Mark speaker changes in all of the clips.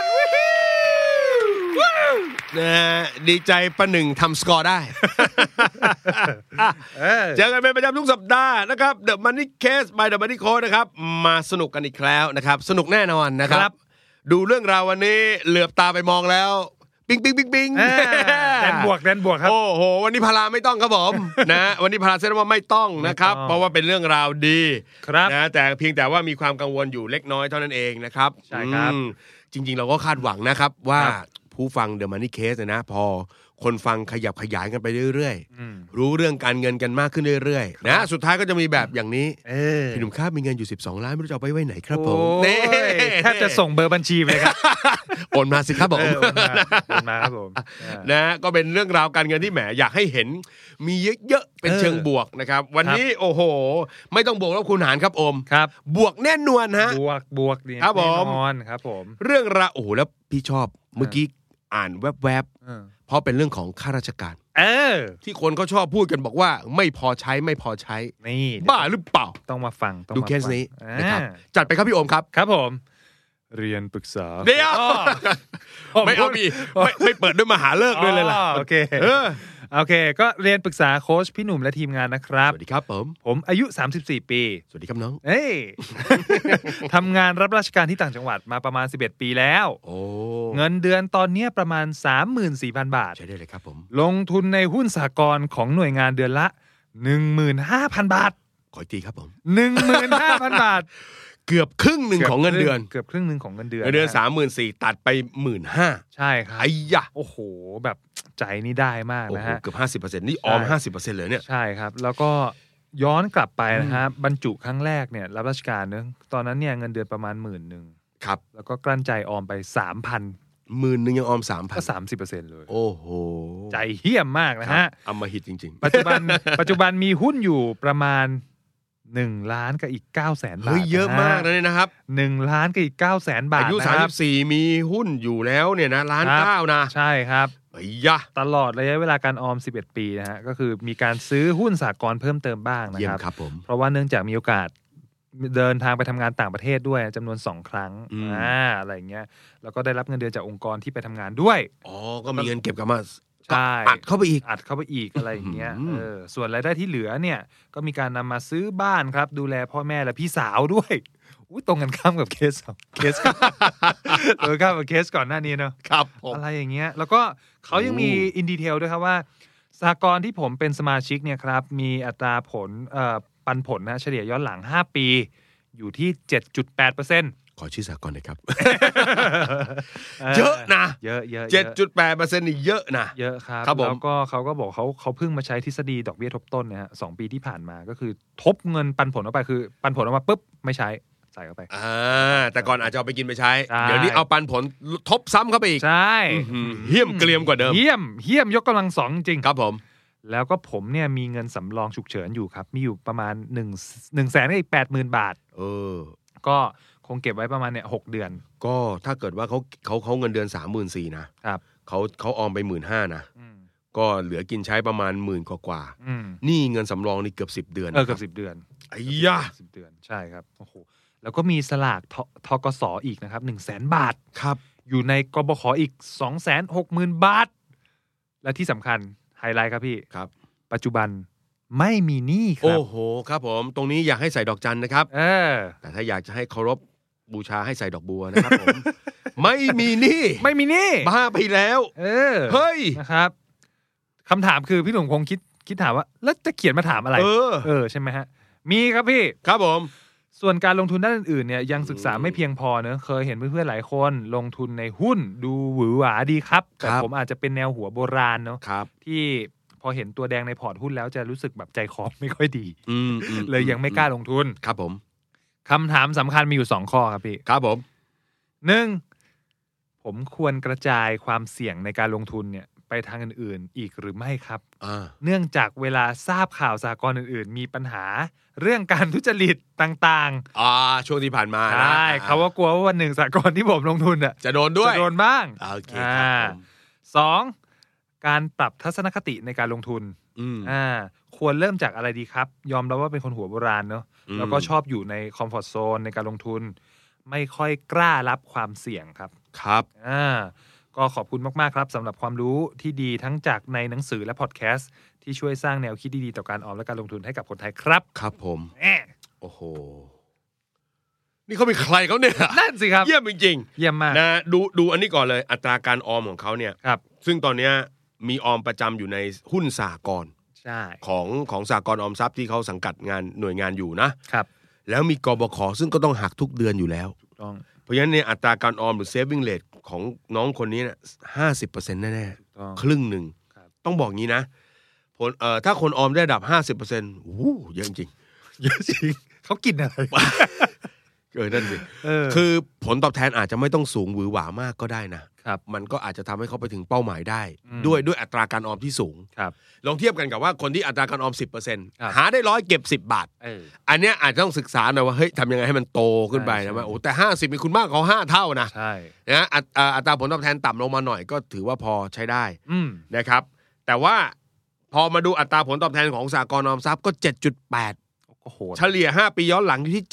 Speaker 1: นธ์
Speaker 2: นะฮะดีใจประหนึ่งทำสกอร์ ได้ เจอกันเป็นประจำทุกสัปดาห์นะครับ The Money Case by The Money Coach นะครับ มาสนุกกันอีกแล้วนะครับ สนุกแน่นอนนะ
Speaker 1: ค
Speaker 2: ครั
Speaker 1: รับ บ
Speaker 2: ดูเรื่องราววันนี้เหลือบตาไปมองแล้ว ปิ๊งปิ๊งปิ๊งปิ๊ง
Speaker 1: อ่าแดนบวกแดนบวกครับ
Speaker 2: โอ้โห วันนี้พาราไม่ต้องครับผม นะวันนี้พาราเซนว่าไม่ต้องนะครับ
Speaker 1: ไม่ต้อง
Speaker 2: เพราะว่าเป็นเรื่องราวดี
Speaker 1: ครับ
Speaker 2: นะแต่เพียงแต่ว่ามีความกังวลอยู่เล็กน้อยเท่านั้นเองนะครับ
Speaker 1: ใช่ครับ
Speaker 2: อืมจริง ๆ เราก็คาดหวังนะครับว่า
Speaker 1: ครับ
Speaker 2: ผู้ฟัง The Money Case เนี่ยนะ พอคนฟังขยับขยายกันไปเรื่อย
Speaker 1: อืม
Speaker 2: ๆ รู้เรื่องการเงินกันมากขึ้นเรื่อยๆ นะ สุดท้ายก็จะมีแบบอย่างนี้
Speaker 1: เออ
Speaker 2: พี่หนุ่มครับมีเงินอยู่ 12 ล้านไม่รู้จะเอาไปไว้ไหนครับผม
Speaker 1: โอ้ย
Speaker 2: นี่
Speaker 1: แทบจะส่งเบอร์บัญชีไปเลยครับ
Speaker 2: โอนมาสิครับผ
Speaker 1: เอ
Speaker 2: ม
Speaker 1: อโอนมาโอนมาครับผมอ่า
Speaker 2: นะก็เป็นเรื่องราวการเงินที่แหมอยากให้เห็น มีเยอะๆ เป็น
Speaker 1: เออ
Speaker 2: เชิงบวกนะครับ วัน
Speaker 1: ครับ
Speaker 2: นี้โอ้โห ไม่ต้องบวกลบคูณหารครับโอม
Speaker 1: ครับ
Speaker 2: บวกแน่นวนฮะ
Speaker 1: บวกบวกเนี่ย
Speaker 2: ครับผม
Speaker 1: แน่นอนครับผม
Speaker 2: เรื่องราวโอ้โหแล้วพี่ชอบเมื่อกี้อ่านแวบ
Speaker 1: เออ
Speaker 2: ๆ เพราะเป็นเรื่องของข้าราชการ
Speaker 1: เออ
Speaker 2: ที่คนเขาชอบพูดกันบอกว่า ไม่พอใช้ไม่พอใช้
Speaker 1: นี่
Speaker 2: บ้าหรือเปล่า
Speaker 1: ต้องมาฟังต้อง
Speaker 2: ดู
Speaker 1: มา
Speaker 2: เคสนี้
Speaker 1: ฟัง
Speaker 2: นะครับ
Speaker 1: อ่า
Speaker 2: จัดไปครับพี่โอมครับ
Speaker 1: ครับผม เรียนปรึกษา
Speaker 2: เดี๋ยว
Speaker 1: อ้อ ผม
Speaker 2: ไม่เอา
Speaker 1: พูด
Speaker 2: มีไม่ไม่เปิดด้วยมหาเลิกษ์ด้วยเลยล่ะ
Speaker 1: อ๋อโอเค
Speaker 2: เออ
Speaker 1: โอเค ก็เรียนปรึกษาโค้ชพี่หนุ่มและทีมงานนะครับ
Speaker 2: สวัสดีครับผม
Speaker 1: ผมอายุ 34 ปี
Speaker 2: สวัสดีครับน้อง
Speaker 1: เอ้ย ทำงานรับราชการที่ต่างจังหวัดมาประมาณ 11 ปีแล้ว
Speaker 2: โอ้
Speaker 1: เงินเดือนตอนเนี้ยประมาณ 34,000 บาท
Speaker 2: ใช้ได้เลยครับผม
Speaker 1: ลงทุนในหุ้นสากลของหน่วยงานเดือนละ 15,000 บาท
Speaker 2: ขออีกทีครับผม
Speaker 1: 15,000 บาท
Speaker 2: เกือบครึ่งหนึ่งของเงินเดือน
Speaker 1: เกือบครึ่งหนึ่งของเงินเดือน
Speaker 2: เงินเดือน
Speaker 1: นะ
Speaker 2: สามหมื่นสี่ตัดไปหมื่นห้า
Speaker 1: ใช่ครับ
Speaker 2: ไอ้ยะ
Speaker 1: โอ้โห แบบใจนี่ได้มาก
Speaker 2: โอ้
Speaker 1: นะ
Speaker 2: โห
Speaker 1: ฮะ
Speaker 2: เกือบห้าสิบเปอร์เซ็นต์นี่ออม
Speaker 1: ใช่
Speaker 2: ห้าสิบเปอร์เซ็นต์เลยเนี่ย
Speaker 1: ใช่ครับ แล้วก็ย้อนกลับไปนะฮะบรรจุครั้งแรกเนี่ยรับราชการเนอะตอนนั้นเนี่ยเงินเดือนประมาณหมื่นหนึ่ง
Speaker 2: ครับ
Speaker 1: แล้วก็กลั้นใจออมไป 3,000
Speaker 2: หมื่นหนึ่งยังออมสามพัน
Speaker 1: ก็ 30%เลย
Speaker 2: โอ้โห
Speaker 1: ใจเฮี้ยมมาก
Speaker 2: ค
Speaker 1: นะ
Speaker 2: รับ
Speaker 1: ฮะ
Speaker 2: อำมหิตจริง ๆ
Speaker 1: ปัจจุบัน ปัจจุบันมีหุ้นอยู่ประมาณ 1 ล้านกับอีก 9 0 0แสนบาท
Speaker 2: เฮ้ยเยอะมากนะ
Speaker 1: นะ
Speaker 2: เนี่ยนะครับ
Speaker 1: หนึ่งล้านกับอีก 9 0 0แสนบาท
Speaker 2: อายุ
Speaker 1: นะครับ
Speaker 2: 34 มีหุ้นอยู่แล้วเนี่ยนะล้าน
Speaker 1: ครับ
Speaker 2: เก้านะ
Speaker 1: ใช่ครับ
Speaker 2: ไอ้ยะ
Speaker 1: ตลอดระยะเวลาการออม 11 ปีนะฮะก็คือมีการซื้อหุ้นสากลเพิ่มเติมบ้างนะ
Speaker 2: เยี่ย
Speaker 1: ค
Speaker 2: ม
Speaker 1: รับ
Speaker 2: ครับผม
Speaker 1: เพราะว่าเนื่องจากมีโอกาสเดินทางไปทำงานต่างประเทศด้วยจำนวนสองครั้ง
Speaker 2: อืม
Speaker 1: อ่าอะไรอย่างเงี้ยแล้วก็ได้รับเงินเดือนจากองค์กรที่ไปทำงานด้วย
Speaker 2: อ๋อก็มีเงินเก็บกลับมา
Speaker 1: ใช่
Speaker 2: อัดเข้าไปอีก
Speaker 1: อัดเข้าไปอีกอะไรอย่างเงี้ย
Speaker 2: อื้อหือ
Speaker 1: เออส่วนรายได้ที่เหลือเนี่ย ก็มีการนำมาซื้อบ้านครับ ดูแลพ่อแม่และพี่สาวด้วย อุ้ยตรงกันข้ามกับเคสของเคส ก่อน ตรงกันข้ามกับเคสก่อนหน้านี้เนาะ
Speaker 2: ครับผม
Speaker 1: อะไรอย่างเงี้ย แล้วก็เขายังมี
Speaker 2: โอ้
Speaker 1: อินดีเทลด้วยครับว่าสหกรณ์ที่ผมเป็นสมาชิกเนี่ยครับ มีอัตราผลเอ่อปันผลนะเฉลี่ยย้อนหลัง 5 ปี อยู่ที่ 7.8เปอร์เซ็นต์
Speaker 2: ขอชื่อสากลหน่อยครับ เยอะนะ
Speaker 1: เยอะเยอะ
Speaker 2: เจ็ดจุดแปดเปอร์เซ็นต์นี่เยอะนะ
Speaker 1: เยอะครับ
Speaker 2: ครับผม
Speaker 1: แล้วก็เขาก็บอกเขาเขาเพิ่งมาใช้ทฤษฎีดอกเบี้ยทบต้นนะฮะสองปีที่ผ่านมาก็คือทบเงินปันผลออกไปคือ ปันผลออกมาปุ๊บ ไม่ใช้ ใส่เข้าไป
Speaker 2: อ่าแต่ก่อนอาจจะเอาไปกินไปใช้
Speaker 1: ใช่
Speaker 2: เดี๋ยวนี้เอาปันผลทบซ้ำเข้าไปอีก
Speaker 1: ใช่
Speaker 2: อื้อหือเหี้ยมเกลียมกว่าเดิม
Speaker 1: เยี่ยมเยี่ยมยกกำลังสองจริง
Speaker 2: ครับผม
Speaker 1: แล้วก็ผมเนี่ยมีเงินสำรองฉุกเฉินอยู่ครับ มีอยู่ประมาณ1นึ่งหนึ่งแสนอีกแปดหมื่นบาท
Speaker 2: เออ
Speaker 1: ก็คงเก็บไว้ประมาณเนี่ยหกเดือน
Speaker 2: ก็ถ้าเกิดว่าเขาเขาเขาเงินเดือนสามหมื่นสี่นะครับ เขาเขาออมไปหมื่นห้านะ
Speaker 1: อืม
Speaker 2: ก็เหลือกินใช้ประมาณหมื่นกว่า
Speaker 1: อืม
Speaker 2: ๆ นี่เงินสำรองนี่เกือบสิบเดือน
Speaker 1: เออเกือบสิบเดือน
Speaker 2: ไอ้ยะ
Speaker 1: สิบเดือนใช่ครับโอ้โหแล้วก็มีสลากททกสออีกนะครับหนึ่งแสนบาท
Speaker 2: ครับ
Speaker 1: อยู่ในกบขออีกสองแสนหกหมื่นบาท และที่สำคัญไฮไลท์ครับพี่
Speaker 2: ครับ
Speaker 1: ปัจจุบันไม่มีหนี้ครั
Speaker 2: โอ้
Speaker 1: บ
Speaker 2: โหครับผม ตรงนี้อยากให้ใส่ดอกจันนะครับ
Speaker 1: เออ
Speaker 2: แต่ถ้าอยากจะให้เคารพบูชาให้ใส่ดอกบัวนะครับ ผม ไม่มีหนี่
Speaker 1: ไม่มีหนี้
Speaker 2: บ้าไปแล้ว
Speaker 1: เออ
Speaker 2: เฮ้ย
Speaker 1: นะครับคำถามคือพี่หนุ่มคงคิดคิดถามว่า แล้วจะเขียนมาถามอะไร
Speaker 2: เออ
Speaker 1: เออใช่ไหมฮะ มีครับพี่
Speaker 2: ครับผม
Speaker 1: ส่วนการลงทุนด้านอื่นๆเนี่ยยังศึกษา
Speaker 2: อืม
Speaker 1: ไม่เพียงพอเนอะเคยเห็นเพื่อนๆหลายคนลงทุนในหุ้นดูหวือหวาดีครับ แต่
Speaker 2: ครับ
Speaker 1: ผมอาจจะเป็นแนวหัวโบราณเนอะ
Speaker 2: ครับ
Speaker 1: ที่พอเห็นตัวแดงในพอร์ตหุ้นแล้วจะรู้สึกแบบใจคอไม่ค่อยดี
Speaker 2: อืมอื
Speaker 1: เลยยังไม่กล้าลงทุน
Speaker 2: ครับผม
Speaker 1: คำถามสำคัญมีอยู่สองข้อครับพี่
Speaker 2: ครับผม
Speaker 1: หนึ่งผมควรกระจายความเสี่ยงในการลงทุนเนี่ย ไปทางอื่นๆ อีกหรือไม่ครับ
Speaker 2: อ่า
Speaker 1: เนื่องจากเวลาทราบข่าวสากลอื่นๆ มีปัญหา เรื่องการทุจริตต่าง
Speaker 2: อ่าช่วงที่ผ่านมา
Speaker 1: ๆ
Speaker 2: นะ
Speaker 1: ใช่เขาว่ากลัวว่าวันหนึ่งสากลที่ผมลงทุนอ่ะ
Speaker 2: จะโดนด้วย
Speaker 1: จะโดนบ้าง
Speaker 2: อ่าโอเคครับผม
Speaker 1: สองการปรับทัศนคติในการลงทุน
Speaker 2: อืม
Speaker 1: อ่าควรเริ่มจากอะไรดีครับ ยอมรับว่าเป็นคนหัวโบราณเนอะ
Speaker 2: อืม
Speaker 1: แล้วก็ชอบอยู่ในคอมฟอร์ทโซนในการลงทุน ไม่ค่อยกล้ารับความเสี่ยงครับ
Speaker 2: ครับ
Speaker 1: อ่าก็ขอบคุณมาก ๆ ครับสำหรับความรู้ที่ดีทั้งจากในหนังสือและพอดแคสต์ที่ช่วยสร้างแนวคิดดี ๆ ต่อการออมและการลงทุนให้กับคนไทยครับ
Speaker 2: ครับผม
Speaker 1: แอะ
Speaker 2: โอ้โห นี่เขาเป็นใครเขาเนี่ย
Speaker 1: นั่นสิครับ
Speaker 2: เยี่ยมจริง
Speaker 1: เยี่ยมมาก
Speaker 2: ๆนะดูดูอันนี้ก่อนเลยอัตราการออมของเขาเนี่ย
Speaker 1: ครับ
Speaker 2: ซึ่งตอนเนี้ยมีออมประจำอยู่ในหุ้นสากรณ์
Speaker 1: ใช่
Speaker 2: ของของสากรณ์ออมทรัพย์ที่เขาสังกัดงานหน่วยงานอยู่นะ
Speaker 1: ครับ
Speaker 2: แล้วมีกบขซึ่งก็ต้องหักทุกเดือนอยู่แล้ว
Speaker 1: ถูกต้อง
Speaker 2: เพราะฉะนั้นเนี่ยอัตราการออมหรือ saving rate ของน้องคนนี้เนี่ยห้าสิบเปอร์เซ็นต์แน่
Speaker 1: ถูกต้อง
Speaker 2: ๆ ครึ่งหนึ่ง
Speaker 1: ครับ
Speaker 2: ต้องบอกงี้นะผลเอ่อถ้าคนออมได้ระดับห้าสิบเปอร์เซ็นต์วู้เยอะจริง
Speaker 1: เยอะจริงเขากินอะไร
Speaker 2: ๆเออนั่นสิ
Speaker 1: เออ
Speaker 2: คือผลตอบแทนอาจจะไม่ต้องสูงหวือหวามากก็ได้นะ
Speaker 1: ครับ
Speaker 2: มันก็อาจจะทำให้เขาไปถึงเป้าหมายได้
Speaker 1: อืม
Speaker 2: ด้วยด้วยอัตราการออมที่สูง
Speaker 1: ครับ
Speaker 2: ลองเทียบกันกับว่าคนที่อัตราการออม
Speaker 1: ครับ
Speaker 2: 10%หาได้ร้อยเก็บ 10 บาท
Speaker 1: เออ
Speaker 2: อันเนี้ยอาจจะต้องศึกษาหน่อยว่าเฮ้ยทำยังไงให้มันโตขึ้นไป
Speaker 1: ใช่
Speaker 2: นะว่าโอ้แต่ 50 มีคุณมากของ 5 เท่านะ
Speaker 1: ใช่
Speaker 2: นะอัตอ่าอัตราผลตอบแทนต่ำลงมาหน่อยก็ถือว่าพอใช้ได้
Speaker 1: อืม
Speaker 2: นะครับ แต่ว่าพอมาดูอัตราผลตอบแทนของสากลออมทรัพย์ก็ 7.8
Speaker 1: ก็โหด
Speaker 2: เฉลี่ย 5 ปีย้อนหลังอยู่ที่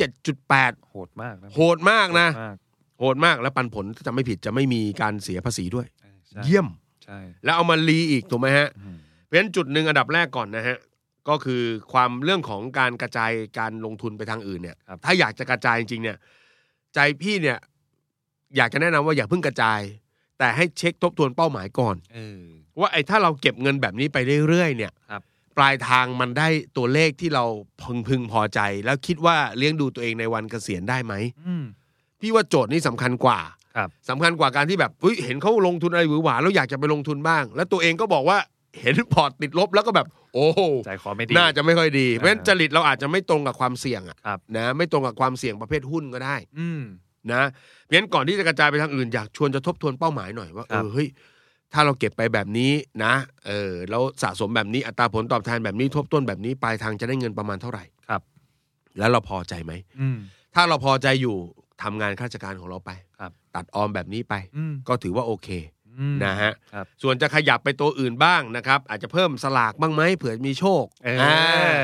Speaker 2: 7.8
Speaker 1: โหดมากนะ
Speaker 2: โหดมากนะ
Speaker 1: มาก
Speaker 2: โหดมากและปันผลถ้าจะไม่ผิดจะไม่มีการเสียภาษีด้วย
Speaker 1: ออใช่
Speaker 2: เยี่ยม
Speaker 1: ใช่
Speaker 2: แล้วเอามารีอีกถูกไหมฮะ
Speaker 1: อืม
Speaker 2: เพราะฉะนั้นจุดหนึ่งอันดับแรกก่อนนะฮะ ก็คือความเรื่องของการกระจายการลงทุนไปทางอื่นเนี่ย
Speaker 1: ครับ
Speaker 2: ถ้าอยากจะกระจายจริงๆเนี่ย ใจพี่เนี่ย อยากจะแนะนำว่าอย่าเพิ่งกระจาย แต่ให้เช็คทบทวนเป้าหมายก่อน
Speaker 1: เออ
Speaker 2: ว่าไอ้ถ้าเราเก็บเงินแบบนี้ไปเรื่อยๆเนี่ย
Speaker 1: ครับ
Speaker 2: ปลายทางมันได้ตัวเลขที่เราพึงพึงพอใจ แล้วคิดว่าเลี้ยงดูตัวเองในวันเกษียณได้ไหม
Speaker 1: อืม
Speaker 2: พี่ว่าโจทย์นี้สำคัญกว่า
Speaker 1: ครับ
Speaker 2: สำคัญกว่าการที่แบบเฮ้ยเห็นเขาลงทุนอะไรหวือหวาแล้วอยากจะไปลงทุนบ้าง แล้วตัวเองก็บอกว่าเห็นพอร์ตติดลบแล้วก็แบบ โอ้โห
Speaker 1: ใจคอไม่ดี
Speaker 2: น่าจะไม่ค่อยดี
Speaker 1: อ่า
Speaker 2: เพราะฉะนั้นจริตเราอาจจะไม่ตรงกับความเสี่ยงอะ
Speaker 1: ครับ
Speaker 2: นะไม่ตรงกับความเสี่ยงประเภทหุ้นก็ได้
Speaker 1: อืม
Speaker 2: นะเพราะฉะนั้นก่อนที่จะกระจายไปทางอื่นอยากชวนจะทบทวนเป้าหมายหน่อยว่า
Speaker 1: ค
Speaker 2: เอ
Speaker 1: รับ
Speaker 2: อเฮ้ยถ้าเราเก็บไปแบบนี้นะเออแล้วสะสมแบบนี้อัตราผลตอบแทนแบบนี้ทบต้นแบบนี้ปลายทางจะได้เงินประมาณเท่าไหร่
Speaker 1: ครับ
Speaker 2: แล้วเราพอใจไหม
Speaker 1: อืม
Speaker 2: ถ้าเราพอใจอยู่ทำงานข้าราชการของเราไป
Speaker 1: ครับ
Speaker 2: ตัดออมแบบนี้ไป
Speaker 1: อืม
Speaker 2: ก็ถือว่าโอเค
Speaker 1: อืม
Speaker 2: นะฮะ
Speaker 1: ครับ
Speaker 2: ส่วนจะขยับไปตัวอื่นบ้างนะครับ อาจจะเพิ่มสลากบ้างไหมเผื่อมีโชค
Speaker 1: เออ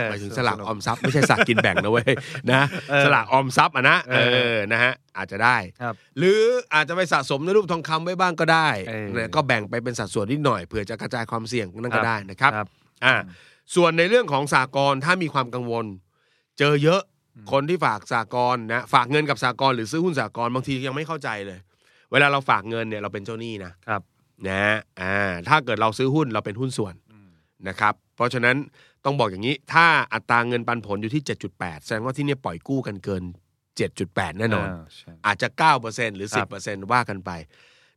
Speaker 2: หมายถึงสลากออมทรัพย์ไม่ใช่สลากกินแบ่งนะเว้ยนะ
Speaker 1: เออ
Speaker 2: สลากออมทรัพย์อ่ะนะ
Speaker 1: เอ
Speaker 2: เอ
Speaker 1: อ
Speaker 2: อนะฮะอาจจะได้
Speaker 1: ครับ
Speaker 2: หรืออาจจะไปสะสมในรูปทองคำไว้บ้างก็ได้
Speaker 1: เออ
Speaker 2: นะก็แบ่งไปเป็นสัดส่วนนิดหน่อยเผื่อจะกระจายความเสี่ยงนั่น
Speaker 1: ครับ
Speaker 2: ก็ได้นะครับ
Speaker 1: ครับ
Speaker 2: อ่าส่วนในเรื่องของสากลถ้ามีความกังวล เจอเยอะ
Speaker 1: อืม
Speaker 2: คนที่ฝากสากลนะฝากเงินกับสากลหรือซื้อหุ้นสากลบางทียังไม่เข้าใจเลย เวลาเราฝากเงินเนี่ยเราเป็นเจ้าหนี้นะ
Speaker 1: ครับ
Speaker 2: นะอ่าถ้าเกิดเราซื้อหุ้นเราเป็นหุ้นส่วน
Speaker 1: อืม
Speaker 2: นะครับ เพราะฉะนั้นต้องบอกอย่างนี้ ถ้าอัตราเงินปันผลอยู่ที่ 7.8 แสดงว่าที่เนี่ยปล่อยกู้กันเกิน 7.8 แน่นอน
Speaker 1: าใช่
Speaker 2: อาจจะ 9%หรือ 10%ว่ากันไป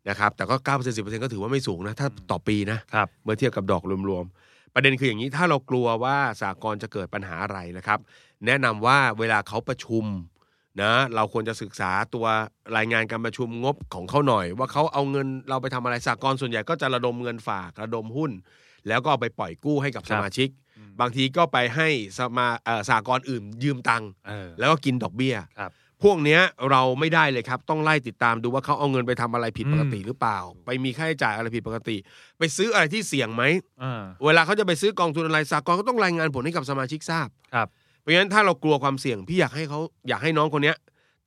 Speaker 2: นะครับ แต่ก็ 9% 10%ก็ถือว่าไม่สูงนะ ถ้าต่อปีนะ
Speaker 1: ครับ
Speaker 2: เมื่อเทียบกับดอกรวมๆ ประเด็นคืออย่างนี้ถ้าเรากลัวว่าสากลจะเกิดปัญหาอะไรนะครับ แนะนำว่าเวลาเขาประชุมนะเราควรจะศึกษาตัวรายงานการประชุมงบของเขาหน่อย ว่าเขาเอาเงินเราไปทำอะไรสากลส่วนใหญ่ก็จะระดมเงินฝากระดมหุ้น แล้วก็เอาไปปล่อยกู้ให้กับ
Speaker 1: ครั
Speaker 2: ส
Speaker 1: บ
Speaker 2: มาชิก บางทีก็ไปให้สมาเอ่อสากลอื่นยืมตังค์
Speaker 1: เออ
Speaker 2: แล้วก็กินดอกเบี้ย
Speaker 1: ครับ
Speaker 2: พวกเนี้ยเราไม่ได้เลยครับ ต้องไล่ติดตามดูว่าเขาเอาเงินไปทำอะไรผิดปกติหรือเปล่า ไปมีค่าใช้จ่ายอะไรผิดปกติ ไปซื้ออะไรที่เสี่ยงไหม
Speaker 1: อ่า
Speaker 2: เวลาเขาจะไปซื้อกองทุนอะไรสากลก็ต้องรายงานผลให้กับสมาชิกทราบ
Speaker 1: ครับ
Speaker 2: เพราะฉะนั้นถ้าเรากลัวความเสี่ยงพี่อยากให้เขาอยากให้น้องคนเนี้ย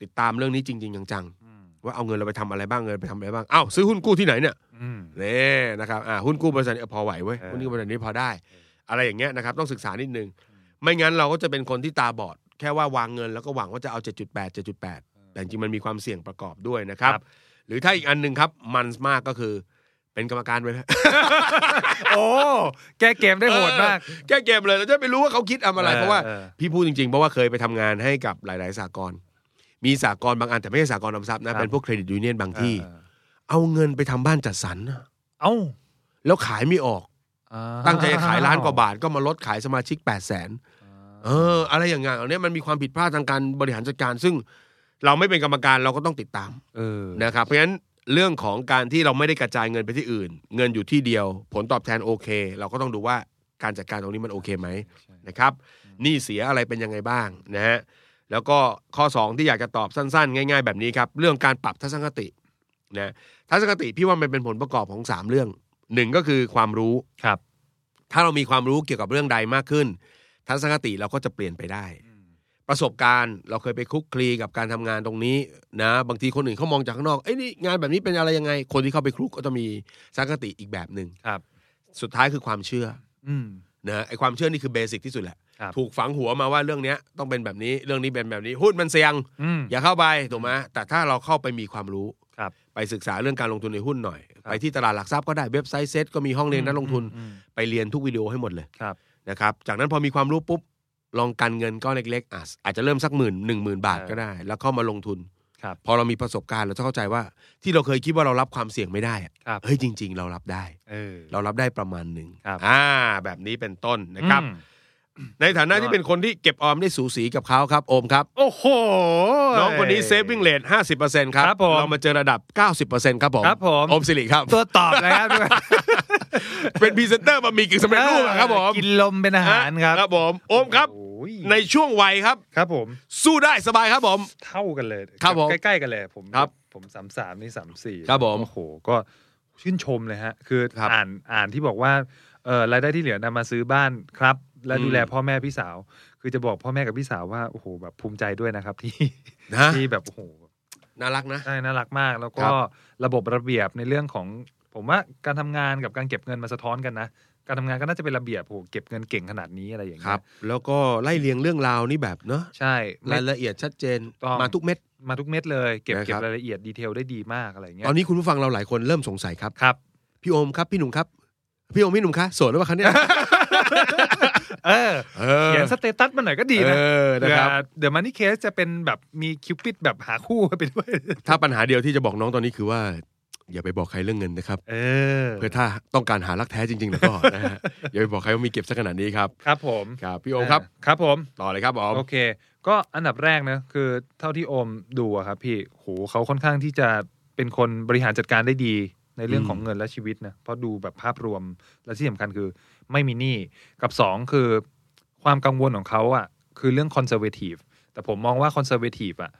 Speaker 2: ติดตามเรื่องนี้จริงๆจัง
Speaker 1: อืม
Speaker 2: ๆว่าเอาเงินเราไปทำอะไรบ้างเงินไปทำอะไรบ้างอ้าวซื้อหุ้นกู้ที่ไหนเนี่ย
Speaker 1: อืม
Speaker 2: เน่นะครับอ่าหุ้นกู้บริษัทนี้พอไหวเว้ย
Speaker 1: เออ
Speaker 2: หุ้นกู้บริษัทนี้พอได้ อะไรอย่างเงี้ยนะครับต้องศึกษานิดนึงไม่งั้นเราก็จะเป็นคนที่ตาบอด แค่ว่าวางเงินแล้วก็หวังว่าจะเอา 7.8 7.8 แต่จริงๆมันมีความเสี่ยงประกอบด้วยนะครับ หรือถ้าอีกอันหนึ่งครับมันมากก็คือเป็นกรรมการไปเลย
Speaker 1: โอ้ แก้เกมได้โหดมาก
Speaker 2: แก้เกมเลยเราจะไม่รู้ว่าเขาคิดทำอะไร
Speaker 1: เออ
Speaker 2: เพราะว่า
Speaker 1: เออ
Speaker 2: พี่พูดจริงๆ เพราะว่าเคยไปทำงานให้กับหลาย ๆสากลมีสากลบางอันแต่ไม่ใช่สากลออมทรัพ
Speaker 1: ค
Speaker 2: ย์
Speaker 1: รั
Speaker 2: นะ
Speaker 1: บ
Speaker 2: เป็นพวกเครดิตยูเนียนบางที่
Speaker 1: เออ
Speaker 2: เอาเงินไปทำบ้านจัดสรรน่ะ
Speaker 1: เอ้า
Speaker 2: แล้วขายไม่ออก
Speaker 1: อ่า
Speaker 2: ตั้งใจจะขายล้านกว่าบาทก็มาลดขายสมาชิก 8 0 0 0 0น
Speaker 1: อ่า
Speaker 2: เออ อะไรอย่างเงี้ยอันเนี้ยมันมีความผิดพลาดทางการบริหารจัดการ ซึ่งเราไม่เป็นกรรมการเราก็ต้องติดตาม
Speaker 1: เออ
Speaker 2: นะครับเพราะฉะนั้น เรื่องของการที่เราไม่ได้กระจายเงินไปที่อื่น เงินอยู่ที่เดียว ผลตอบแทนโอเค เราก็ต้องดูว่าการจัดการตรงนี้มันโอเคไหมนะครับหนี้เสียอะไรเป็นยังไงบ้างนะฮะแล้วก็ข้อ 2 ที่อยากจะตอบสั้นๆ ง่าย ๆ แบบนี้ครับเรื่องการปรับทัศนคตินะทัศนคติพี่ว่ามันเป็นผลประกอบของ 3 เรื่องหนึ่งก็คือความรู้
Speaker 1: ครับ
Speaker 2: ถ้าเรามีความรู้เกี่ยวกับเรื่องใดมากขึ้น ทัศนคติเราก็จะเปลี่ยนไปได้ ประสบการณ์เราเคยไปคลุกคลีกับการทำงานตรงนี้นะบางทีคนอื่นเขามองจากข้างนอกเอ้ยนี่งานแบบนี้เป็นอะไรยังไง คนที่เข้าไปคลุกก็จะมีทัศนคติอีกแบบหนึ่ง
Speaker 1: ครับ
Speaker 2: สุดท้ายคือความเชื่อ
Speaker 1: อืม
Speaker 2: นะไอความเชื่อนี่คือเบสิกที่สุดแหละ
Speaker 1: ครับ
Speaker 2: ถูกฝังหัวมาว่าเรื่องเนี้ยต้องเป็นแบบนี้เรื่องนี้เป็นแบบนี้หุ้นมันเสี่ยง
Speaker 1: อืม
Speaker 2: อย่าเข้าไปถูกไหมแต่ถ้าเราเข้าไปมีความรู้
Speaker 1: ครับ
Speaker 2: ไปศึกษาเรื่องการลงทุนในหุ้นหน่อย
Speaker 1: ครับ
Speaker 2: ไปที่ตลาดหลักทรัพย์ก็ได้เว็บไซต์เซ็ตก็มีห้องเรียนนักลงทุน
Speaker 1: อืมอืม
Speaker 2: ไปเรียนทุกวิดีโอให้หมดเลย
Speaker 1: ครับ
Speaker 2: นะครับ จากนั้นพอมีความรู้ปุ๊บ ลองกันเงินก้อนเล็กๆอ่ะอาจจะเริ่มสักหมื่นหนึ่งหมื่นบาท
Speaker 1: เออ
Speaker 2: ก็ได้ แล้วเข้ามาลงทุน
Speaker 1: ครับ
Speaker 2: พอเรามีประสบการณ์เราจะเข้าใจว่า ที่เราเคยคิดว่าเรารับความเสี่ยงไม่ได้อะ
Speaker 1: ครับ
Speaker 2: เฮ้ยจริง ๆ เรารับได้
Speaker 1: เออ
Speaker 2: เรารับได้ประมาณหนึ่ง
Speaker 1: ครับ
Speaker 2: อ่า แบบนี้เป็นต้นนะครับ
Speaker 1: อืม
Speaker 2: ในฐานะ
Speaker 1: ยอด
Speaker 2: ที่เป็นคนที่เก็บออมได้สูสีกับเขาครับโอมครับ
Speaker 1: โอ้โห
Speaker 2: น้องคนนี้เซฟวิ่งเลทห้าสิบเปอร์เซ็นต์ครับ
Speaker 1: ครับผม
Speaker 2: เรามาเจอระดับเก้าสิบเปอร์เซ็นต์ครับผม
Speaker 1: ครับผม
Speaker 2: โอมสิริ ครับ
Speaker 1: ตัวตอบเลยครับ
Speaker 2: เป็นพรีเซนเตอร์บะหมี่กึ่งสำเร็จรูปอะครับผม
Speaker 1: กินลมเป็นอาหารครับ
Speaker 2: ครับผมโอมครับ
Speaker 1: โอ้ย
Speaker 2: ในช่วงวัยครับ
Speaker 1: ครับผม
Speaker 2: สู้ได้สบายครับผม
Speaker 1: เท่ากันเลย
Speaker 2: ครับผม
Speaker 1: ใกล้ๆกันเลยผม
Speaker 2: ครับ
Speaker 1: ผมสามสามนี่สามสี่
Speaker 2: ครับผม
Speaker 1: โอ้โห ก็ชื่นชมเลยฮะ คือ
Speaker 2: ครับ
Speaker 1: อ่านอ่านที่บอกว่าเออรายได้ที่เหลือนำมาซื้อบ้านครับ และ
Speaker 2: อืม
Speaker 1: ดูแลพ่อแม่พี่สาว คือจะบอกพ่อแม่กับพี่สาวว่าโอ้โหแบบภูมิใจด้วยนะครับ ที่
Speaker 2: นะ
Speaker 1: ที่แบบโอ้โห
Speaker 2: น่ารักนะ
Speaker 1: ใช่น่ารักมาก แล้ว
Speaker 2: ค
Speaker 1: ก็
Speaker 2: รับ
Speaker 1: ระบบระเบียบในเรื่องของ ผมว่าการทำงานกับการเก็บเงินมาสะท้อนกันนะการทำงานก็น่าจะเป็นระเบียบโอ้โหเก็บเงินเก่งขนาดนี้อะไรอย่าง
Speaker 2: ค
Speaker 1: เงี้
Speaker 2: รับ
Speaker 1: ย
Speaker 2: แล้วก็ไล่เรียงเรื่องราวนี่แบบเนาะ
Speaker 1: ใช่ไม่
Speaker 2: รายละเอียดชัดเจน
Speaker 1: ต้อง
Speaker 2: มาทุกเม็ด
Speaker 1: มาทุกเม็ดเลย เก็บ
Speaker 2: นะครับ
Speaker 1: เก็บรายละเอียดดีเทลได้ดีมากอะไรอย่างเงี้
Speaker 2: ต
Speaker 1: ย
Speaker 2: อนนี้คุณผู้ฟังเราหลายคนเริ่มสงสัยครับ
Speaker 1: ครับ
Speaker 2: พี่โอมครับ พี่หนุ่มครับ พี่โอมพี่หนุ่มคะโสดหรือเปล่าคะเนี่ย
Speaker 1: เออ
Speaker 2: เออ
Speaker 1: เขียนสเตตัสมาหน่อยก็ดีนะ
Speaker 2: เออนะครับ
Speaker 1: เดี๋ยวมันนี่เคสจะเป็นแบบมีคิวปิดแบบหาคู่ไปด้วย
Speaker 2: ถ้าปัญหาเดียวที่จะบอกน้องตอนนี้คือว่า อย่าไปบอกใครเรื่องเงินนะครับ
Speaker 1: เออ
Speaker 2: เพื่อถ้าต้องการหารักแท้จริงๆแล้ว ก็นะฮะอย่าไปบอกใครว่ามีเก็บสักขนาดนี้ครับ
Speaker 1: ครับผม
Speaker 2: ครับพี่โอมครับ
Speaker 1: เออครับผม
Speaker 2: ต่อเลยครับออม
Speaker 1: โอเค ก็อันดับแรกนะคือเท่าที่โอมดูอะครับพี่โหเขาค่อนข้างที่จะเป็นคนบริหารจัดการได้ดีในเรื่องของเงินและชีวิตนะเพราะดูแบบภาพรวมและที่สำคัญคือไม่มีหนี้กับสองคือ ความกังวลของเขาอ่ะคือเรื่องคอนเซอร์เวทีฟแต่ผมมองว่าคอนเซอร์เวทีฟอ่ะ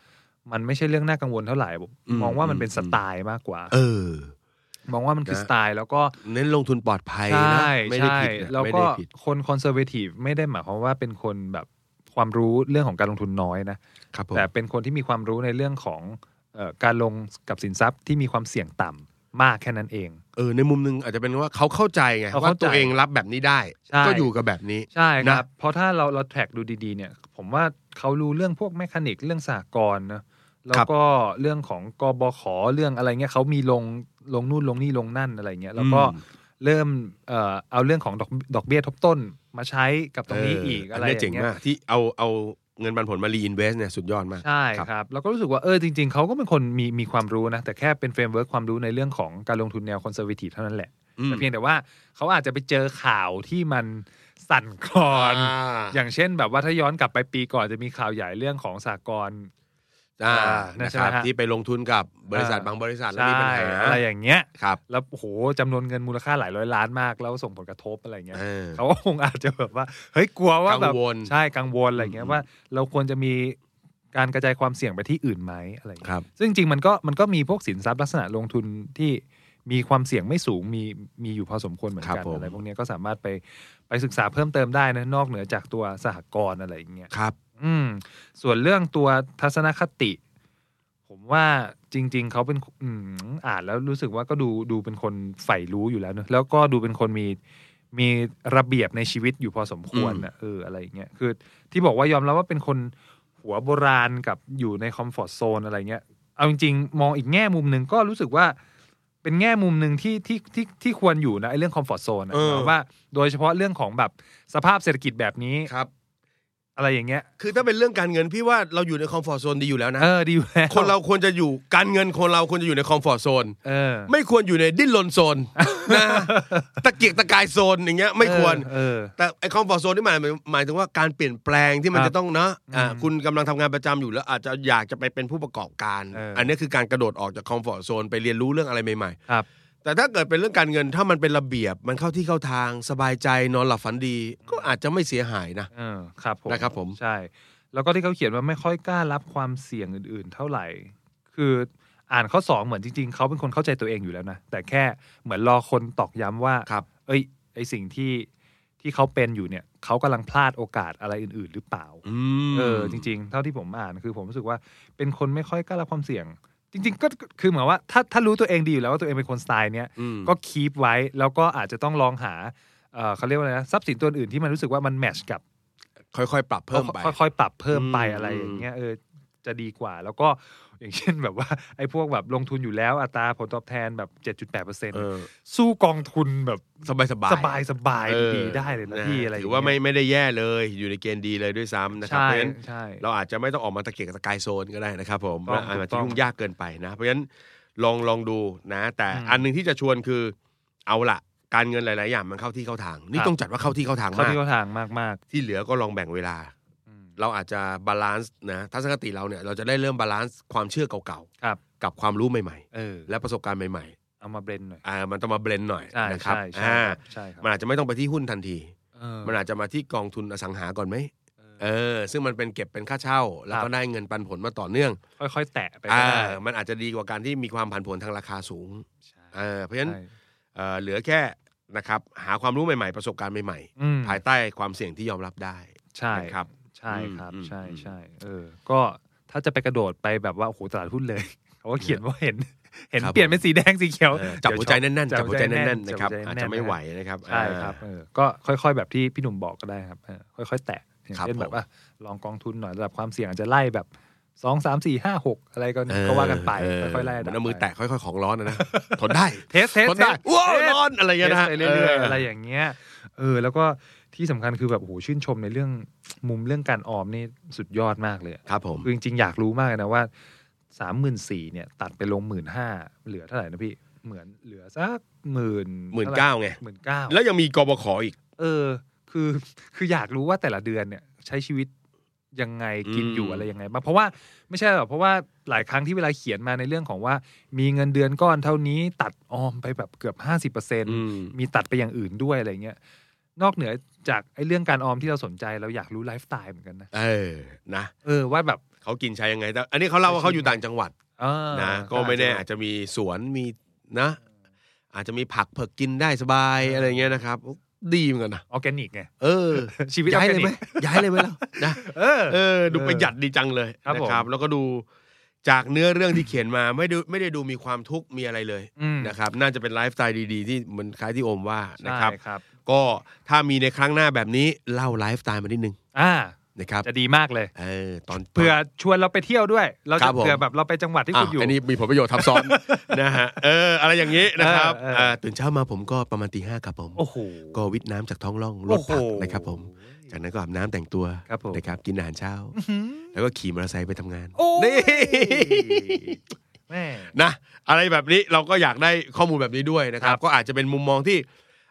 Speaker 1: มันไม่ใช่เรื่องน่ากังวลเท่าไหร่ผมมองว่ามันเป็นสไตล์มากกว่า
Speaker 2: เออ
Speaker 1: มองว่ามันคือ
Speaker 2: นะ
Speaker 1: สไตล์แล้วก็
Speaker 2: เน้นลงทุนปลอดภัย
Speaker 1: ใช
Speaker 2: นะ
Speaker 1: ่
Speaker 2: ไม่ได้
Speaker 1: ใช่
Speaker 2: ผิดนะ
Speaker 1: แล้ว
Speaker 2: ไม่
Speaker 1: ก็
Speaker 2: ได้ผิด
Speaker 1: คนคอนเซอร์เวทีฟไม่ได้หมายความว่าเป็นคนแบบความรู้เรื่องของการลงทุนน้อยนะครับ
Speaker 2: ผม
Speaker 1: แต่เป็นคนที่มีความรู้ในเรื่องของเอ่อการลงกับสินทรัพย์ที่มีความเสี่ยงต่ำมากแค่นั้นเอง
Speaker 2: เออในมุมหนึ่งอาจจะเป็นว่าเขาเข้าใจไง
Speaker 1: เขา
Speaker 2: ว่า
Speaker 1: เข้าใจ
Speaker 2: ตัวเองรับแบบนี้ได้
Speaker 1: ใช่
Speaker 2: ก็อยู่กับแบบนี้
Speaker 1: ใช่ครับ
Speaker 2: นะ
Speaker 1: เพราะถ้าเราเราแทร็กดูดีๆเนี่ย ผมว่าเขารู้เรื่องพวกแมคานิกเรื่องสากลนะแล้วก็เรื่องของกบขเรื่องอะไรเงี้ยเขามีลงลงนู่นลงนี่ลงนั่นอะไรเงี้ยแล้วก็เริ่มเอ่อเอาเรื่องของดอกดอกเบี้ยทบต้นมาใช้กับตรงนี้อีกอะไรอ
Speaker 2: เนี้
Speaker 1: ย่าง
Speaker 2: เจ๋ง
Speaker 1: เงี้ย
Speaker 2: มากที่เอาเอาเงินปันผลมารีอินเวสเนี่ยสุดยอดมาก
Speaker 1: ใช่
Speaker 2: ครับ
Speaker 1: ครับแล้วก็รู้สึกว่าเออจริง ๆเขาก็เป็นคนมีมีความรู้นะ แต่แค่เป็นเฟรมเวิร์กความรู้ในเรื่องของการลงทุนแนวคอนเซอร์ว i ทีฟเท่านั้นแหละ
Speaker 2: อืม
Speaker 1: แต่เพียงแต่ว่าเขาอาจจะไปเจอข่าวที่มันสั่นคลอน
Speaker 2: อ่า
Speaker 1: อย่างเช่นแบบว่าถ้าย้อนกลับไปปีก่อนจะมีข่าวใหญ่เรื่องของสากล
Speaker 2: อ่า
Speaker 1: อ่า
Speaker 2: นะ
Speaker 1: ใช่
Speaker 2: ค
Speaker 1: ไหม
Speaker 2: รับ
Speaker 1: ฮะ
Speaker 2: ที่ไปลงทุนกับบริษัทบางบริษัทแล้วมีปัญหา
Speaker 1: อะไรอย่างเงี้ย
Speaker 2: ครับ
Speaker 1: แล้วโอ้โหจำนวนเงินมูลค่าหลายร้อยล้านมาก แล้วส่งผลกระทบอะไรเงี้ย
Speaker 2: เออ
Speaker 1: เขาก็คงอาจจะแบบว่าเฮ้ยกลัวว่าแบบ
Speaker 2: กังวล
Speaker 1: ใช่กังวลอะไรเงี้ยว่า เราควรจะมีการกระจายความเสี่ยงไปที่อื่นไหมอะไรเงี้ย
Speaker 2: ครับ
Speaker 1: ซึ่งจริงๆมันก็มันก็มีพวกสินทรัพย์ลักษณะลงทุนที่มีความเสี่ยงไม่สูงมีมีอยู่พอสมควรเหมือนกันอะไรพวกเนี้ยก็สามารถไปไปศึกษาเพิ่มเติมได้นะนอกเหนือจากตัวสหกรณ์อะไรอย่างเงี้ย
Speaker 2: ครับ
Speaker 1: อืม ส่วนเรื่องตัวทัศนคติ ผมว่าจริง ๆเขาเป็นอืมอ่านแล้วรู้สึกว่าก็ดูดูเป็นคนใฝ่รู้อยู่แล้วเนอะแล้วก็ดูเป็นคนมีมีระเบียบในชีวิตอยู่พอสมควรนะเอออะไรอย่างเงี้ยคือ ที่บอกว่ายอมรับว่าเป็นคนหัวโบราณกับอยู่ในคอมฟอร์ทโซนอะไรเงี้ย เอาจริงๆ มองอีกแง่มุมหนึ่งก็รู้สึกว่าเป็นแง่มุมหนึ่งที่ที่ที่ที่ควรอยู่นะไอ้เรื่องคอมฟอร์ทโซนนะหมายความว่า โดยเฉพาะเรื่องของแบบสภาพเศรษฐกิจแบบนี้
Speaker 2: ครับ
Speaker 1: อะไรอย่างเงี้ย
Speaker 2: คือถ้าเป็นเรื่องการเงินพี่ว่าเราอยู่ในคอมฟอร์ทโซนดีอยู่แล้วนะ
Speaker 1: เออดีอยู่แล้ว
Speaker 2: คนเราควรจะอยู่การเงินคนเราควรจะอยู่ในคอมฟอร์ทโซน
Speaker 1: เออ
Speaker 2: ไม่ควรอยู่ในดิ้นรนโซน นะตะเกียกตะกายโซนอย่างเงี้ยไม่ควร
Speaker 1: เออ
Speaker 2: แต่ไอคอมฟอร์ทโซนที่หมายหมายถึงว่าการเปลี่ยนแปลงที่มัน
Speaker 1: ครับ
Speaker 2: จะต้องเนาะอ่า
Speaker 1: อืม
Speaker 2: คุณกำลังทำงานประจำอยู่แล้วอาจจะอยากจะไปเป็นผู้ประกอบการ
Speaker 1: เอออั
Speaker 2: อันนี้คือการกระโดดออกจากคอมฟอร์ทโซนไปเรียนรู้เรื่องอะไรใหม่
Speaker 1: ครับ
Speaker 2: ๆ แต่ถ้าเกิดเป็นเรื่องการเงินถ้ามันเป็นระเบียบ มันเข้าที่เข้าทางสบายใจนอนหลับฝันดี ก็อาจจะไม่เสียหายนะ
Speaker 1: เออครับผม
Speaker 2: นะครับผม
Speaker 1: ใช่ แล้วก็ที่เขาเขียนว่าไม่ค่อยกล้ารับความเสี่ยงอื่นๆ เท่าไหร่ คืออ่านข้อสองเหมือนจริงๆ เขาเป็นคนเข้าใจตัวเองอยู่แล้วนะ แต่แค่เหมือนรอคนตอกย้ำว่า
Speaker 2: ครับ
Speaker 1: เอ้ยไอสิ่งที่ที่เขาเป็นอยู่เนี่ยเขากำลังพลาดโอกาสอะไรอื่นๆ หรือเปล่า
Speaker 2: อืม
Speaker 1: เออจริงๆ เท่าที่ผมอ่านคือผมรู้สึกว่าเป็นคนไม่ค่อยกล้ารับความเสี่ยง จริง ๆ ก็ก็คือเหมือนว่าถ้าถ้ารู้ตัวเองดีอยู่แล้วว่าตัวเองเป็นคนสไตล์เนี้ย
Speaker 2: อืม
Speaker 1: ก็คีปไว้แล้วก็อาจจะต้องลองหาเอ่อเขาเรียกว่าอะไรนะทรัพย์สินตัวอื่นที่มันรู้สึกว่ามันแมชกับ
Speaker 2: ค่อยๆ ปรับเพิ่มไป
Speaker 1: ค่อยๆปรับเพิ่มไป
Speaker 2: อืม
Speaker 1: อะไรอย่างเงี้ยเออจะดีกว่า แล้วก็อย่างเช่นแบบว่าไอ้พวกแบบลงทุนอยู่แล้วอัตราผลตอบแทนแบบ7.8%
Speaker 2: เออ
Speaker 1: สู้กองทุนแบบ
Speaker 2: สบายสบาย
Speaker 1: สบายสบาย
Speaker 2: เออ
Speaker 1: ดีได้เลยนะพี่อะไรอย่ง
Speaker 2: ถื
Speaker 1: เงี้
Speaker 2: อย ว่าไม่ไม่ได้แย่เลยอยู่ในเกณฑ์ดีเลยด้วยซ้ำนะครับ
Speaker 1: ใช่
Speaker 2: เพราะฉะนั้น
Speaker 1: ใช่
Speaker 2: เราอาจจะไม่ต้องออกมาตะเกียกตะกายโซนก็ได้นะครับผม
Speaker 1: ต้อง
Speaker 2: อาจ
Speaker 1: ถูก
Speaker 2: จะ
Speaker 1: ต้อง
Speaker 2: ยุ่งยากเกินไปนะ เพราะฉะนั้นลองลองดูนะ แต่
Speaker 1: อืม
Speaker 2: อันหนึ่งที่จะชวนคือ เอาละการเงินหลาย ๆ อย่างมันเข้าที่เข้าทาง นี่
Speaker 1: ครับ
Speaker 2: ต้องจัดว่าเข้าที่เข้าทา
Speaker 1: เข้าม
Speaker 2: งาก
Speaker 1: ที่เข้าทางมาก
Speaker 2: ที่เหลือก็ลองแบ่งเวลา
Speaker 1: ๆอืม
Speaker 2: เราอาจจะบาลานซ์นะทัศนคติเราเนี่ยเราจะได้เริ่มบาลานซ์ความเชื่อเก่า
Speaker 1: ครับ
Speaker 2: ๆกับความรู้ใหม่
Speaker 1: เออ
Speaker 2: ๆ และประสบการณ์ใหม่
Speaker 1: เอามาเบรนหน่อย
Speaker 2: ๆอ่ามันต้องมาเบลนหน่อย
Speaker 1: ใช่
Speaker 2: นะครับ
Speaker 1: ใช่ใช่
Speaker 2: อ่า
Speaker 1: ใช่ครับ
Speaker 2: มันอาจจะไม่ต้องไปที่หุ้นทันที
Speaker 1: เออ
Speaker 2: มันอาจจะมาที่กองทุนอสังหาก่อนไหม
Speaker 1: เอ
Speaker 2: เอ
Speaker 1: อ
Speaker 2: อ ซึ่งมันเป็นเก็บเป็นค่าเช่า แล้ว
Speaker 1: ครั
Speaker 2: ก็
Speaker 1: บ
Speaker 2: ได้เงินปันผลมาต่อเนื่อง
Speaker 1: ค่อยๆ แตะไปก็
Speaker 2: อ่า
Speaker 1: ได้
Speaker 2: มันอาจจะดีกว่าการที่มีความผันผวนทางราคาสูง
Speaker 1: ใช่
Speaker 2: เออเพราะฉะนั้น
Speaker 1: ใช่
Speaker 2: เอ่อเหลือแค่นะครับหาความรู้ใหม่ๆ ประสบการณ์ใหม่
Speaker 1: อืม
Speaker 2: ๆ ภายใต้ความเสี่ยงที่ยอมรับได้
Speaker 1: ใช่
Speaker 2: นะครับ
Speaker 1: ใช่ครับ
Speaker 2: อืม
Speaker 1: ใช่
Speaker 2: อืม
Speaker 1: ใช่เออ ก็ถ้าจะไปกระโดดไปแบบว่า โอ้โหตลาดหุ้นเลย เขาก็เขียนว่าเห็น เห็นเปลี่ยนเป็นสีแดงสีเขียว
Speaker 2: เออจับหัวใจแน่นๆจับหัวใจแน่นๆนะครับ
Speaker 1: หัว
Speaker 2: อาจ
Speaker 1: แ
Speaker 2: จะไม่ไหวนะครับ
Speaker 1: ใช่
Speaker 2: อ่า
Speaker 1: ครับเออก็ค่อยๆ แบบที่พี่หนุ่มบอกก็ได้ครับเออค่อยๆ แตะอย่าง
Speaker 2: ครับ
Speaker 1: เช่นแบ
Speaker 2: ผ
Speaker 1: บ
Speaker 2: ม
Speaker 1: ว่าลองกองทุนหน่อยระดับความเสี่ยงอาจจะไล่แบบสองสามสี่ห้าหกอะไรก็
Speaker 2: เออ
Speaker 1: ก็ว่ากันไป
Speaker 2: เ
Speaker 1: ค่อยๆไล่ระดับ
Speaker 2: มันเอามือ
Speaker 1: ไป
Speaker 2: แตะค่อยๆของร้อนนะนะ ทนได้
Speaker 1: เทสเทส
Speaker 2: ทนได้
Speaker 1: เทส
Speaker 2: ว้าว
Speaker 1: เทส
Speaker 2: ร้อนอะไรอย่างเงี้
Speaker 1: เทส
Speaker 2: ยนะ
Speaker 1: ไปเรื่อยๆอะไรอย่างเงี้ยเออ แล้วก็ที่สำคัญคือแบบโอ้โหชื่นชมในเรื่องมุมเรื่องการออมนี่สุดยอดมากเลยอะ
Speaker 2: ครับผม
Speaker 1: คือจริงๆ อยากรู้มากเลยนะว่าสามหมื่นสี่เนี่ย ตัดไปลงหมื่นห้าเหลือเท่าไหร่นะพี่ เหมือนเหลือสักหมื่น
Speaker 2: หมื่นเก้าไง
Speaker 1: หมื่นเก้า
Speaker 2: แล้วยังมีกบขอีก
Speaker 1: เออ คือคืออยากรู้ว่าแต่ละเดือนเนี่ย ใช้ชีวิตยังไงกิน
Speaker 2: อืม
Speaker 1: อยู่อะไรยังไงบ้างเพราะว่าไม่ใช่หรอกเพราะว่าหลายครั้งที่เวลาเขียนมาในเรื่องของว่า มีเงินเดือนก้อนเท่านี้ตัดออมไปแบบเกือบห้าสิบเปอร์เซ็น
Speaker 2: อืม
Speaker 1: มีตัดไปอย่างอื่นด้วยอะไรเงี้ย นอกเหนือจากไอ้เรื่องการออมที่เราสนใจเราอยากรู้ไลฟ์สไตล์เหมือนกันนะ
Speaker 2: เออนะ
Speaker 1: เออว่าแบบ
Speaker 2: เขากินใช้ยังไงแต่อันนี้เขาเล่าว่าเขาอยู่ต่างจังหวัด
Speaker 1: เออ
Speaker 2: นะก็ไม่แน่
Speaker 1: อา
Speaker 2: อา
Speaker 1: จ
Speaker 2: จ
Speaker 1: จะ
Speaker 2: จะมีสวนมีนะ อาจจะมีผักเผือกกินได้สบาย
Speaker 1: เอออ
Speaker 2: อะไรเงี้ยนะครับ ดีเหมือนกันนะ
Speaker 1: ออร์แกนิกไง
Speaker 2: เออ
Speaker 1: ชีวิตออ
Speaker 2: ย้าย
Speaker 1: ร์แก
Speaker 2: เลย
Speaker 1: นิ
Speaker 2: ไหม
Speaker 1: ก
Speaker 2: ย้ายเลยไหมล่ะนะ
Speaker 1: เออ
Speaker 2: เออ ดูประหยัดดีจังเลย
Speaker 1: ครับผม
Speaker 2: นะครับ แล้วก็ดูจากเนื้อเรื่องที่เขียนมาไม่ดูไม่ได้ดูมีความทุกข์มีอะไรเลย
Speaker 1: ม
Speaker 2: นะครับ น่าจะเป็นไลฟ์สไตล์ดีๆ ที่เหมือนคล้ายที่โอมว่า
Speaker 1: ใช่
Speaker 2: นะครับ
Speaker 1: ครับ
Speaker 2: ก็ถ้ามีในครั้งหน้าแบบนี้เล่าไลฟ์สไตล์มานิดนึง
Speaker 1: อ่า
Speaker 2: นะครับ
Speaker 1: จะดีมากเลย
Speaker 2: เออตอน
Speaker 1: เผื่อชวนเราไปเที่ยวด้วย เรา
Speaker 2: ครั
Speaker 1: จะ
Speaker 2: บผม
Speaker 1: เผื่อแบบเราไปจังหวัดที่คุณอยู่
Speaker 2: อันนี้มีผลประโยชน์ทับซ้อน นะฮะเออ อะไรอย่างนี้นะครับ
Speaker 1: เออเออ
Speaker 2: เอ่อตื่นเช้ามาผมก็ประมาณตีห้าครับผม
Speaker 1: โอ้โห
Speaker 2: ก็วิทย์น้ำจากท้องร่องร
Speaker 1: โอ้
Speaker 2: ด
Speaker 1: โห
Speaker 2: ผักนะครับผม จากนั้นก็อาบน้ำแต่งตัว
Speaker 1: ครับผม
Speaker 2: นะครับกินอาหารเช้า
Speaker 1: หือ
Speaker 2: แล้วก็ขี่มอเตอร์ไซค์ไปทำงาน
Speaker 1: โอ้ย
Speaker 2: นี่
Speaker 1: แม่
Speaker 2: นะอะไรแบบนี้เราก็อยากได้ข้อมูลแบบนี้ด้วยนะครับ ก็อาจจะเป็นมุมมองที่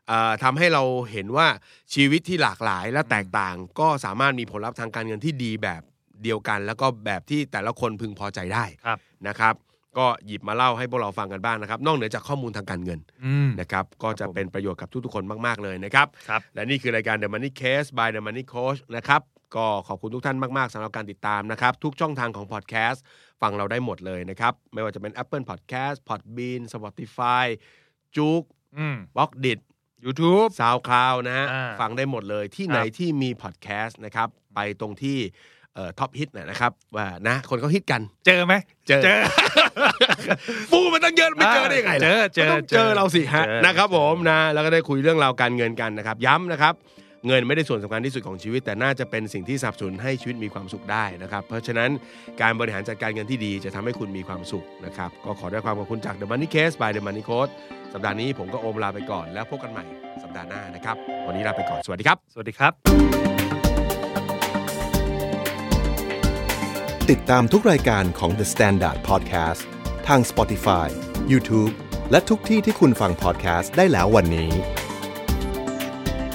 Speaker 2: เอ่อทำให้เราเห็นว่าชีวิตที่หลากหลายและแตกต่าง ก็สามารถมีผลลัพธ์ทางการเงินที่ดีแบบเดียวกัน แล้วก็แบบที่แต่ละคนพึงพอใจได้
Speaker 1: ครับ
Speaker 2: นะครับก็หยิบมาเล่าให้พวกเราฟังกันบ้างนะครับ นอกเหนือจากข้อมูลทางการเงิน
Speaker 1: อืม
Speaker 2: นะครับก็จะ
Speaker 1: ผม
Speaker 2: เป็นประโยชน์กับทุกๆคนมากๆเลยนะครับ
Speaker 1: ครับ
Speaker 2: และนี่คือรายการ The Money Case by The Money Coach นะครับ ก็ขอบคุณทุกท่านมาก ๆสำหรับการติดตามนะครับ ทุกช่องทางของพอดแคสต์ฟังเราได้หมดเลยนะครับ ไม่ว่าจะเป็น Apple Podcast Podbean Spotify จุก
Speaker 1: อืม
Speaker 2: บล็อกดิ
Speaker 1: YouTube
Speaker 2: ซาวคลาวนะฮะ
Speaker 1: อ่า
Speaker 2: ฟังได้หมดเลย
Speaker 1: ค
Speaker 2: ที่
Speaker 1: รับ
Speaker 2: ไหนที่มีพอดแคสต์นะครับ ไปตรงที่ท็อปฮิตนะครับว่านะคนเขาฮิตกัน
Speaker 1: เจอไหม
Speaker 2: เจอ ฟูมันตั้งเยอะไม่เจอได้ยังไงล่ะ
Speaker 1: เจอเจอ
Speaker 2: มันต้งเจอเราสิฮะ
Speaker 1: เจอ
Speaker 2: นะครับผมนะแล้วก็ได้คุยเรื่องราวการเงินกันนะครับ ย้ำนะครับ เงินไม่ได้ส่วนสำคัญที่สุดของชีวิต แต่น่าจะเป็นสิ่งที่สนับสนุนให้ชีวิตมีความสุขได้นะครับ เพราะฉะนั้นการบริหารจัดการเงินที่ดีจะทำให้คุณมีความสุขนะครับ ก็ขอด้วยความขอบคุณจาก The Money Case by The Money Coach สัปดาห์นี้ผมก็โอมลาไปก่อนแล้วพบกันใหม่สัปดาห์หน้านะครับวันนี้ลาไปก่อนสวัสดีครับ
Speaker 1: สวัสดีครับ
Speaker 3: ติดตามทุกรายการของ The Standard Podcast ทาง Spotify, YouTube และทุกที่ที่คุณฟัง podcast ได้แล้ววันนี้